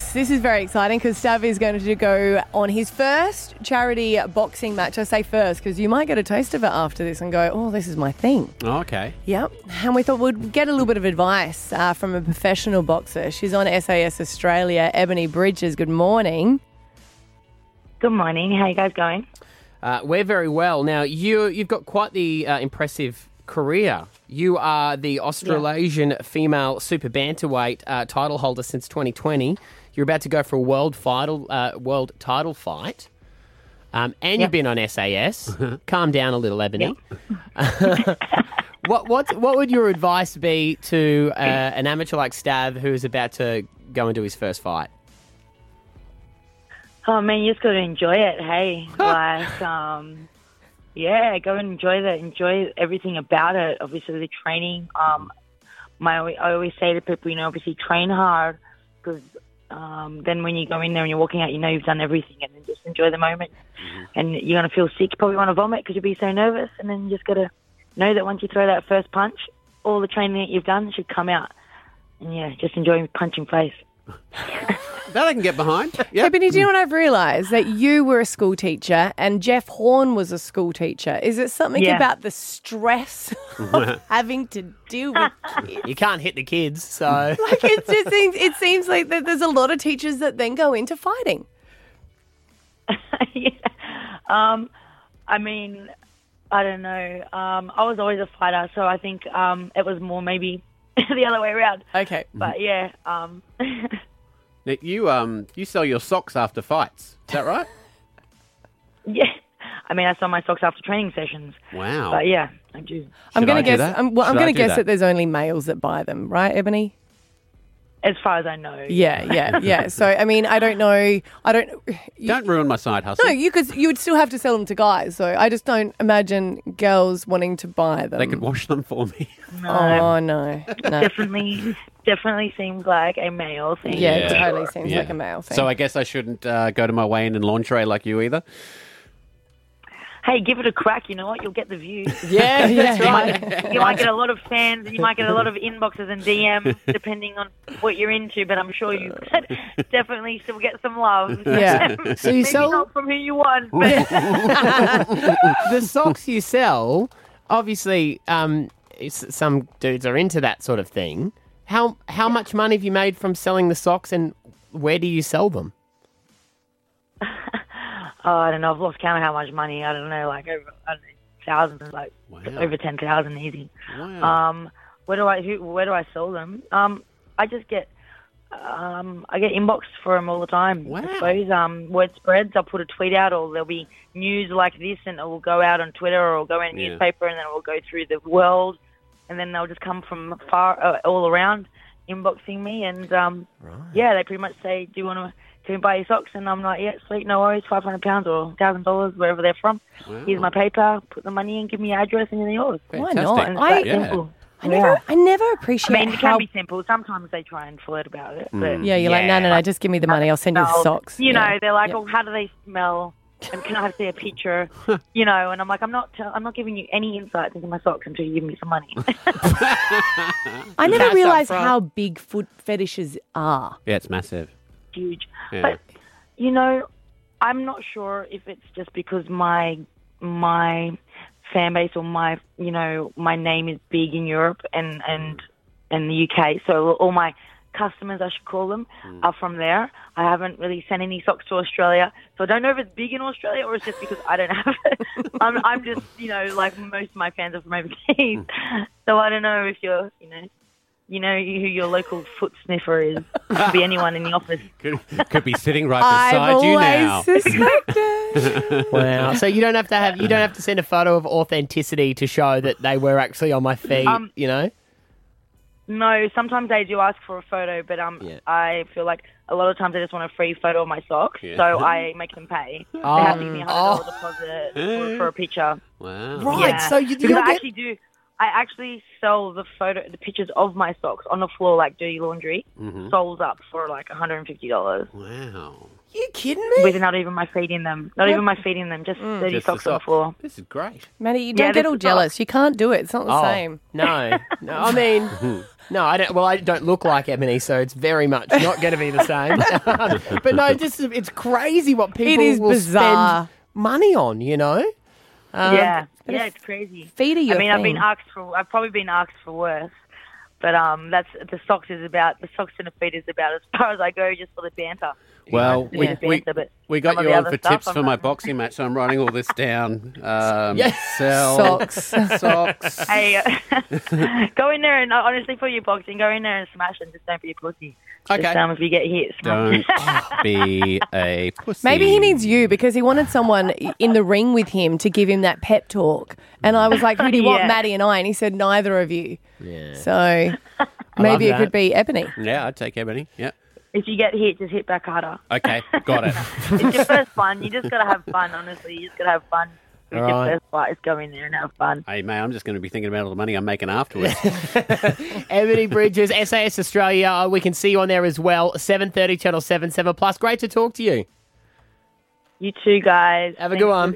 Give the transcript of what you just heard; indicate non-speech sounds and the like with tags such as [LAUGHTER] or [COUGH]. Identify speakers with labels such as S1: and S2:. S1: Yes, this is very exciting because Stav is going to go on his first charity boxing match. I say first because you might get a taste of it after this and go, oh, this is my thing.
S2: Oh, okay.
S1: Yep. And we thought we'd get a little bit of advice uh, from a professional boxer. She's on SAS Australia, Ebony Bridges. Good morning.
S3: Good morning. How you guys going?
S2: Uh, we're very well. Now, you, you've got quite the uh, impressive career. You are the Australasian female super bantamweight uh, title holder since 2020. You're about to go for a world, final, uh, world title fight. Um, and you've been on [LAUGHS] SAS. Calm down a little, Ebony. [LAUGHS] what, what, what would your advice be to uh, an amateur like Stav who's about to go and do his first fight?
S3: Oh man, you just got to enjoy it. Hey, like, um, yeah, go and enjoy that. Enjoy everything about it. Obviously, the training. Um, my I always say to people, you know, obviously train hard because um, then when you go in there and you're walking out, you know you've done everything, and then just enjoy the moment. And you're gonna feel sick. You probably want to vomit because you'll be so nervous, and then you just gotta know that once you throw that first punch, all the training that you've done should come out. And yeah, just enjoy punching face.
S2: That I can get [LAUGHS] behind. Yeah.
S1: Ebony, do you know what I've realised? That you were a school teacher and Jeff Horn was a school teacher. Is it something
S3: Yeah.
S1: about the stress of having to deal with [LAUGHS] kids?
S2: You can't hit the kids, [LAUGHS] so.
S1: Like it just seems it seems like that there's a lot of teachers that then go into fighting.
S3: [LAUGHS] yeah. Um, I mean, I don't know. Um, I was always a fighter, so I think um, it was more maybe [LAUGHS] the other way around.
S1: Okay.
S3: But yeah, um, [LAUGHS]
S2: Nick, you um you sell your socks after fights. Is that right?
S3: yeah. I mean, I sell my socks after training sessions.
S2: Wow.
S3: But yeah, I do.
S1: I'm
S2: Should
S1: gonna
S2: I do
S1: guess
S2: that?
S1: I'm, well, I'm
S2: Should I
S1: gonna
S2: do
S1: guess
S2: that?
S1: that there's only males that buy them, right, Ebony?
S3: As far as I know.
S1: Yeah, yeah,
S2: [LAUGHS]
S1: yeah. So I mean, I don't know. I don't. You,
S2: Don't ruin my side hustle.
S1: no, you could. You would still have to sell them to guys. So I just don't imagine girls wanting to buy them.
S2: They could wash them for me.
S3: No,
S1: oh no, no.
S3: Definitely, [LAUGHS] definitely seems like a male thing.
S1: [LAUGHS] Yeah, it
S2: Yeah.
S1: totally seems like a male thing.
S2: So I guess I shouldn't uh, go to my weigh-in in lingerie like you either.
S3: Hey, give it a crack. You know what? You'll get the views.
S2: [LAUGHS]
S1: [LAUGHS]
S2: Yeah,
S1: that's right.
S3: You might
S1: [LAUGHS]
S3: get a lot of fans, and you might get a lot of inboxes and DMs, depending on what you're into. But I'm sure you [LAUGHS] definitely still get some love.
S1: Uh. [LAUGHS]
S3: [LAUGHS]
S1: Yeah. So you
S3: Maybe
S1: sell
S3: not from who you want, but
S2: [LAUGHS] the socks you sell, obviously, um, s- some dudes are into that sort of thing. How how much money have you made from selling the socks, and where do you
S1: [LAUGHS]
S2: sell them?
S3: [LAUGHS] oh, I don't know. I've lost count of how much money. I don't know, like over I don't know, thousands, like
S2: Wow.
S3: over ten thousand easy.
S2: Wow.
S3: Um, where do I who, where do I sell them? Um, I just get um, I get inboxed for them all the time.
S2: Wow.
S3: I suppose um, word spreads. I'll put a tweet out, or there'll be news like this, and it will go out on Twitter, or it'll go in a
S2: Yeah.
S3: newspaper, and then it will go through the world, and then they'll just come from far uh, all around, inboxing me, and um, yeah, they pretty much say, "Do you want to?" Can we buy your socks? And I'm like, yeah, sweet, no worries, five hundred pounds or thousand dollars, wherever they're from. Here's my PayPal. Put the money in, give me your address, and they're yours.
S1: why
S2: Fantastic.
S1: not?
S3: And it's
S1: I,
S3: that
S2: Yeah.
S3: simple.
S1: I never I never appreciate
S3: I mean, it
S1: how.
S3: can be simple. Sometimes they try and flirt about it. But
S1: Yeah, you're like no, no, no. Just give me the money. I'll send you the
S3: smell.
S1: socks.
S3: You
S1: Yeah.
S3: know, they're like, oh, how do they smell? And can I have see a picture? you know, and I'm like, I'm not, tell- I'm not giving you any insights into my socks until you give me some money.
S1: I
S2: Cash
S1: never
S2: up
S1: realised
S2: front.
S1: how big foot fetishes are.
S2: Yeah, it's massive.
S3: Huge.
S2: Yeah.
S3: But you know, I'm not sure if it's just because my my fan base or my you know my name is big in Europe and and and the UK. So all my customers, I should call them, are from there. I haven't really sent any socks to Australia, so I don't know if it's big in Australia or it's just because I don't have it. [LAUGHS] I'm I'm just you know like most of my fans are from overseas, [LAUGHS] so I don't know if you're you know. You know who your local foot sniffer is. Could be anyone in the office.
S2: Could, could be sitting
S1: [LAUGHS]
S2: right
S1: I've
S2: beside
S1: always
S2: you now. [LAUGHS]
S1: suspected.
S2: Wow. So you don't have to have you don't have to send a photo of authenticity to show that they were actually on my feet.
S3: Um,
S2: you know.
S3: No, sometimes they do ask for a photo, but um,
S2: Yeah.
S3: I feel like a lot of times I just want a free photo of my socks,
S2: Yeah.
S3: so
S2: [LAUGHS]
S3: I make them pay.
S1: Oh.
S3: they have to give me a hundred dollar deposit for, for a picture.
S2: Wow.
S1: [LAUGHS] Right, so you-
S3: because
S1: you'll
S3: I
S1: get-
S3: actually do. I actually sell the photo, the pictures of my socks on the floor, like dirty laundry,
S2: Mm-hmm.
S3: soles up for like one hundred and fifty dollars
S2: Wow.
S1: You kidding me?
S3: with not even my feet in them, not even my feet in them, just
S1: Mm.
S3: dirty
S2: Just the
S3: socks on the
S2: socks.
S3: floor.
S2: This is great.
S1: Maddie, you
S3: Yeah,
S1: don't get
S3: this
S1: all
S3: is
S1: jealous. You can't do it. It's not the
S2: Oh,
S1: same.
S2: No, no.
S1: [LAUGHS]
S2: I mean, no. I don't. Well, I don't look like Ebony, so it's very much not going to be the same. [LAUGHS] but no, just it's crazy what people
S1: is
S2: will
S1: bizarre.
S2: spend money on. You know.
S1: Oh,
S2: Um,
S3: yeah, yeah, it's crazy.
S1: feet are your
S3: I mean, I've been
S1: thing.
S3: asked for. I've probably been asked for worse, but um, that's the socks is about the socks and the feet is about as [LAUGHS] far as I go, just for the banter.
S4: Well,
S3: Yeah.
S4: we, we,
S3: Banter, but
S4: we got
S3: some of
S4: you
S3: the
S4: on
S3: other
S4: for
S3: stuff,
S4: tips
S3: I'm
S4: for
S3: not-
S1: [LAUGHS]
S4: my boxing match, so I'm writing all this down. Um,
S2: Yes.
S4: Sell
S1: Socks.
S4: [LAUGHS] socks.
S3: [LAUGHS] Hey, uh, [LAUGHS] go in there and uh, honestly, for your boxing, go in there and smash and just don't be a pussy.
S4: Okay.
S3: Just, um, if you get hit, smash.
S1: [LAUGHS]
S4: Don't be a pussy.
S1: Maybe he needs you because he wanted someone in the ring with him to give him that pep talk. And I was like, who do you want,
S3: [LAUGHS] Yeah.
S1: Maddie and I? And he said, neither of you.
S2: Yeah.
S4: [LAUGHS]
S1: So maybe it
S4: that.
S1: could be Ebony.
S4: Yeah, I'd take Ebony. Yeah.
S3: if you get hit, just hit back harder.
S4: Okay, got it.
S1: [LAUGHS]
S3: It's your first fun. You just gotta have fun. Honestly, you just gotta have fun. If it's
S2: Alright.
S3: your first fight, just go in there and have fun.
S4: hey, mate, I'm just going to be thinking about all the money I'm making afterwards.
S2: Ebony Bridges, [LAUGHS] SAS Australia. We can see you on there as well. Seven thirty, Channel Seven Seven Plus. Great to talk to you.
S3: You too, guys.
S2: Have a
S3: Thanks
S2: good
S3: for
S2: one.